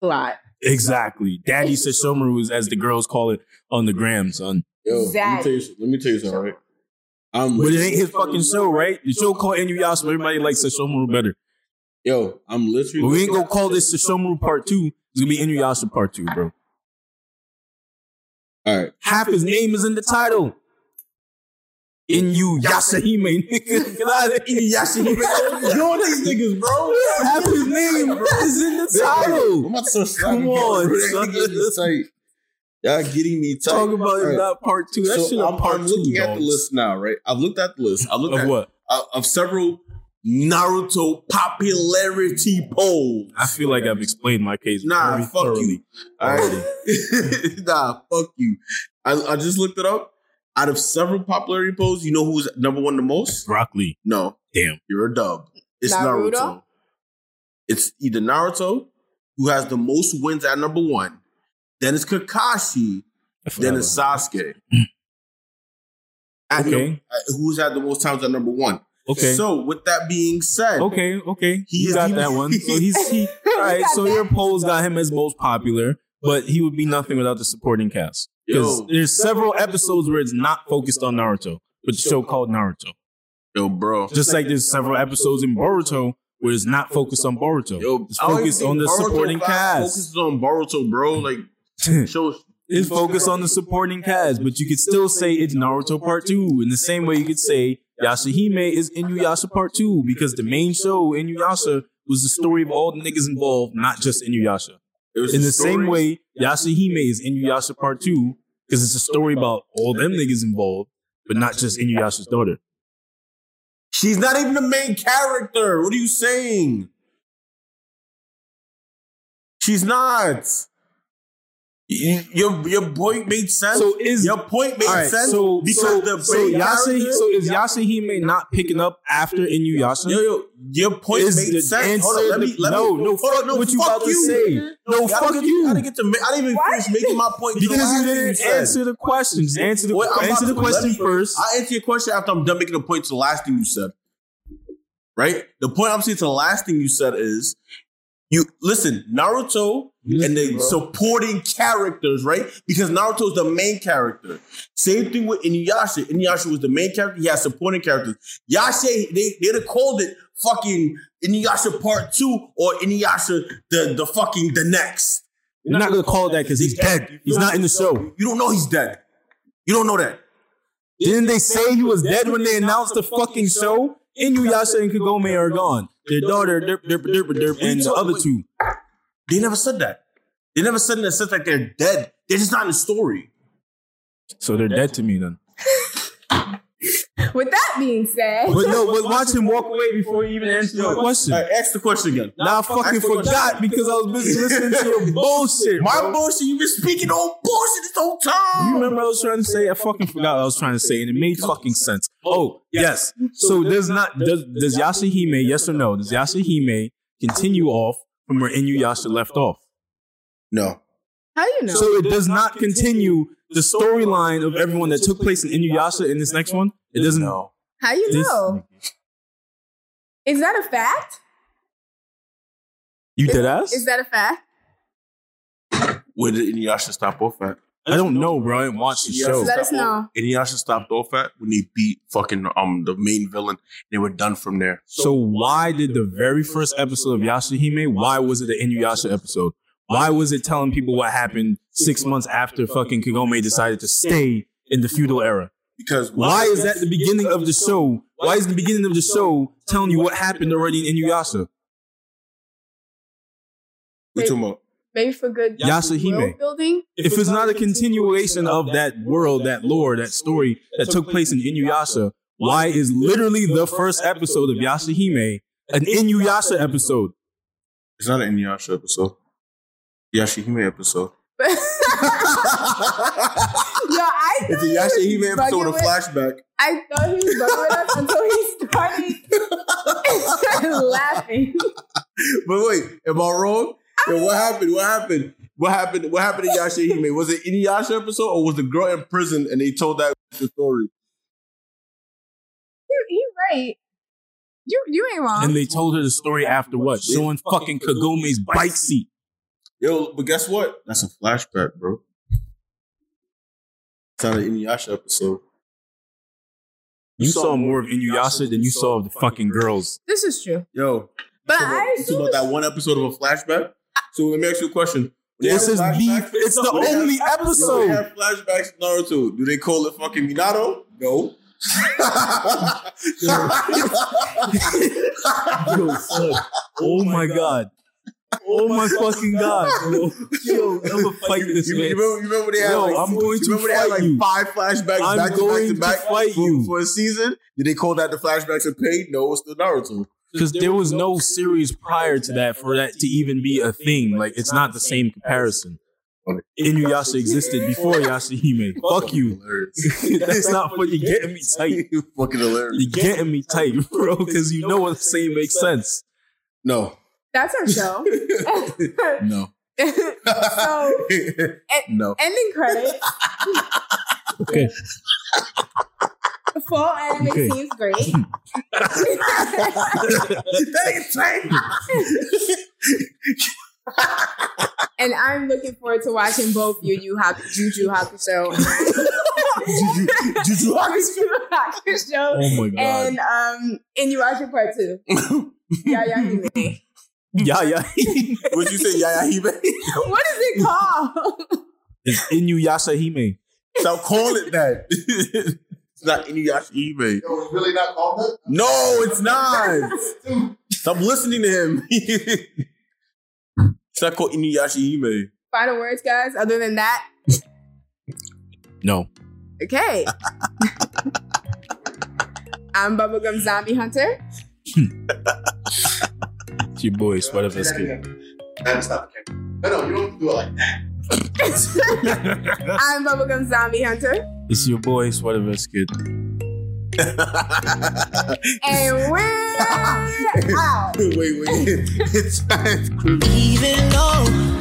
S2: a lot.
S3: Exactly. Daddy Sesshomaru is, as the girls call it, on the gram, son.
S1: Yo, let me
S2: Zach.
S1: tell you, let me tell you something, right? I'm
S3: But
S1: lit.
S3: it ain't his fucking show, right? The show called Inuyasha, but everybody likes Sesshomaru better.
S1: Yo, I'm literally.
S3: But we ain't
S1: looking
S3: gonna call this Sesshomaru Part 2. It's gonna be Inuyasha Part 2, bro.
S1: at- All right.
S3: Half his name is in the title. Inuyashahime, nigga. Get out of here.
S1: You know what these niggas, bro?
S3: Half his name is in the
S1: I'm
S3: title.
S1: about to start slapping
S3: Come on,
S1: people.
S3: son.
S1: Y'all getting me tight. Y'all getting me tight.
S3: Talk about
S1: All
S3: it
S1: right.
S3: not part two. That
S1: So
S3: shit
S1: I'm,
S3: a part
S1: I'm
S3: two.
S1: looking at the
S3: dogs.
S1: list now, right? I've looked at the list. I looked
S3: of
S1: at
S3: what?
S1: uh, of several Naruto popularity polls.
S3: I feel like I've explained my case.
S1: Nah,
S3: very
S1: fuck
S3: thoroughly.
S1: you. All right. nah, fuck you. I, I just looked it up. Out of several popularity polls, you know who's number one the most?
S3: Broccoli.
S1: No,
S3: Damn.
S1: you're a dub. It's
S2: Naruto?
S1: Naruto. It's either Naruto, who has the most wins at number one, then it's Kakashi,
S3: I forgot
S1: then it's
S3: about
S1: Sasuke.
S3: that.
S1: At num-
S3: Mm. okay.
S1: uh, who's had the most times at number one?
S3: Okay.
S1: So with that being said,
S3: okay. Okay.
S1: He
S3: He
S1: is-
S3: got
S1: he-
S3: that one. So he's he. All right. So your polls got him as most popular, but he would be nothing without the supporting cast. Because
S1: yo,
S3: there's several episodes where it's not focused on Naruto, but the show called Naruto.
S1: yo, bro,
S3: Just like there's several episodes in Boruto where it's not focused on Boruto.
S1: yo,
S3: It's
S1: I don't even
S3: focused
S1: think
S3: on the
S1: Boruto
S3: supporting
S1: Five
S3: cast.
S1: Focuses on Boruto, bro. Like shows
S3: It's focused on the supporting cast, but you could still say it's Naruto Part 2 in the same way you could say Yasuhime is Inuyasha Part 2 because the main show, Inuyasha, was the story of all the niggas involved, not just Inuyasha.
S1: It was
S3: In the
S1: story-
S3: same way, Yasuhime is Inuyasha Part 2 because it's a story about all them niggas involved, but not just Inuyasha's daughter.
S1: she's not even the main character. What are you saying? She's not. Y- Your your point made sense.
S3: So is
S1: your point made
S3: All right,
S1: sense
S3: so,
S1: because
S3: so,
S1: the
S3: so,
S1: main
S3: Yasuhi,
S1: character-
S3: so is Yasuhime not picking up after Inuyasha?
S1: Yo, yo, your point
S3: Is
S1: made
S3: the
S1: sense. Hold on,
S3: answer
S1: let me,
S3: the-
S1: let me,
S3: no, no,
S1: hold
S3: fuck
S1: on, no,
S3: what you
S1: fuck
S3: about to say. No,
S1: I
S3: fuck
S1: didn't get- I
S3: you.
S1: didn't get to. ma- I didn't even
S2: Why?
S1: finish making my point
S3: Because you
S1: after
S3: didn't
S1: said-
S3: answer the question. Just answer the,
S1: Wait, I'm
S3: answer the
S1: about to- let
S3: question
S1: me-
S3: first.
S1: I'll answer your question after I'm done making the point to the last thing you said. Right? The point I'm saying to the last thing you said is you listen, Naruto and the supporting characters, right? Because Naruto is the main character. Same thing with Inuyasha. Inuyasha was the main character. He has supporting characters. Yasha, they they'd have called it fucking Inuyasha Part Two or Inuyasha the the fucking the next.
S3: You're not gonna call it that because he's dead. He's not in the show.
S1: You don't know he's dead. You don't know that.
S3: Didn't they say he was dead when they announced the fucking show? Inuyasha and Kagome are gone. Their daughter, derp, derp, derp, derp, and the other two.
S1: They never said that. They never said in a sense like they're dead. They're just not in the story.
S3: So they're dead to me then.
S2: With that being said,
S3: But no, but watch him walk away before he even answers the question.
S1: All right, ask the question again.
S3: Now I fucking forgot because I was busy listening to your bullshit.
S1: My
S3: bro.
S1: bullshit, you've been speaking on bullshit this whole time.
S3: You remember I was trying to say? I fucking forgot what I was trying to say, and it made fucking sense. Oh, yes. So does not does does Yasuhime, yes or no, does Yasuhime continue off from where Inuyasha left off?
S1: No.
S2: how you know?
S3: So it does not continue the storyline of everyone that took place in Inuyasha in this next one? It doesn't
S2: how you
S3: this-
S2: know? Is that a fact?
S3: You dead ass?
S2: Is that a fact?
S1: Where did Inuyasha stop off at?
S3: I don't know, bro. I didn't watch the show.
S2: Let us know.
S1: Inuyasha stopped off at when they beat fucking um the main villain. They were done from there.
S3: So why did the very first episode of Yasuhime, why was it an Inuyasha episode? Why was it telling people what happened six months after fucking Kagome decided to stay in the feudal era?
S1: Because
S3: Why is that the beginning of the show? Why is the beginning of the show telling you what happened already in Inuyasha?
S1: We talking about?
S2: Maybe for good
S3: Yasuhime.
S2: world building.
S3: If it's not a continuation of that world, that lore, that story that took place in Inuyasha, why is literally the first episode of Yasuhime an Inuyasha episode?
S1: It's not an Inuyasha episode. Yashihime episode.
S2: But yo, I thought
S1: It's a
S2: he was
S1: Yashihime episode
S2: bugging
S1: with a
S2: with-
S1: flashback.
S2: I thought he was bugging with us until he started- started laughing.
S1: But wait, am I wrong? Yo, what
S3: Ah.
S1: happened? What happened? What happened? What happened to Yasha Hime? Was it any Yasha episode or was the girl in prison and they told that the story?
S2: You, you right. You you ain't wrong.
S3: And they told her the story after what? Showing fucking Kagome's bike seat.
S1: Yo, but guess what? That's a flashback, bro. It's not an Inuyasha episode.
S3: You saw more of Inuyasha than you saw of the fucking girls.
S2: this is true.
S1: Yo,
S2: But
S1: so
S2: I
S1: about, it's about that one episode of a flashback. So let me ask you a question. When they
S3: This
S1: have
S3: is the.
S1: flashbacks-
S3: It's the
S1: when they have-
S3: only
S1: yo, when they
S3: episode.
S1: have flashbacks in Naruto. Do they call it fucking Minato? No.
S3: Yo, fuck. Oh my god. Oh my fucking god, bro. Yo, I'm gonna fight this
S1: You, you
S3: man.
S1: remember, you remember they had
S3: Yo,
S1: like,
S3: I'm going
S1: you
S3: to
S1: remember they had
S3: fight
S1: like
S3: you.
S1: five flashbacks
S3: I'm
S1: back
S3: going
S1: to
S3: to
S1: back to back
S3: fight
S1: for,
S3: you.
S1: for a season. Did they call that the flashbacks of pain? No, it's the Naruto.
S3: Because there was no series prior to that for that to even be a thing. Like it's not the same comparison. Inuyasha existed before Yasuhime. Fuck you.
S1: Hilarious.
S3: That's not what you're getting me tight.
S1: Fucking hilarious.
S3: You're getting me tight, bro, because you know what I'm saying makes sense.
S1: No,
S2: That's our show.
S1: no,
S2: so
S1: no.
S2: ending credits.
S3: Okay.
S2: Fall anime
S3: Okay.
S2: seems great.
S1: That ain't tight.
S2: and I'm looking forward to watching both Yu Yu Haku, Juju Hakusho,
S1: Juju- Juju Hakusho.
S2: Juju Hakusho,
S3: Oh my god.
S2: and um, Inuyasha Part Two. yeah, yeah, you may.
S3: Yeah, yeah.
S1: What'd you say, Yaya Hibe?
S2: What is it called?
S3: It's Inuyasha Hime.
S1: Stop calling it that. It's not Inuyasha Ibe.
S6: Yo, it's really not called that?
S1: No, it's not.
S6: Dude,
S1: Stop listening to him. it's not called Inuyasha Ime.
S2: Final words, guys. Other than that,
S3: No.
S2: okay. I'm Bubblegum Zombie Hunter.
S3: It's your boy, Sweater
S6: say that
S3: Biscuit.
S6: again. That's not the camera. No, no, you don't have to do it like that.
S2: I'm Bubblegum Zombie Hunter.
S3: It's your boy, Sweater Biscuit.
S2: And we're out.
S1: wait, wait. it's
S7: Even though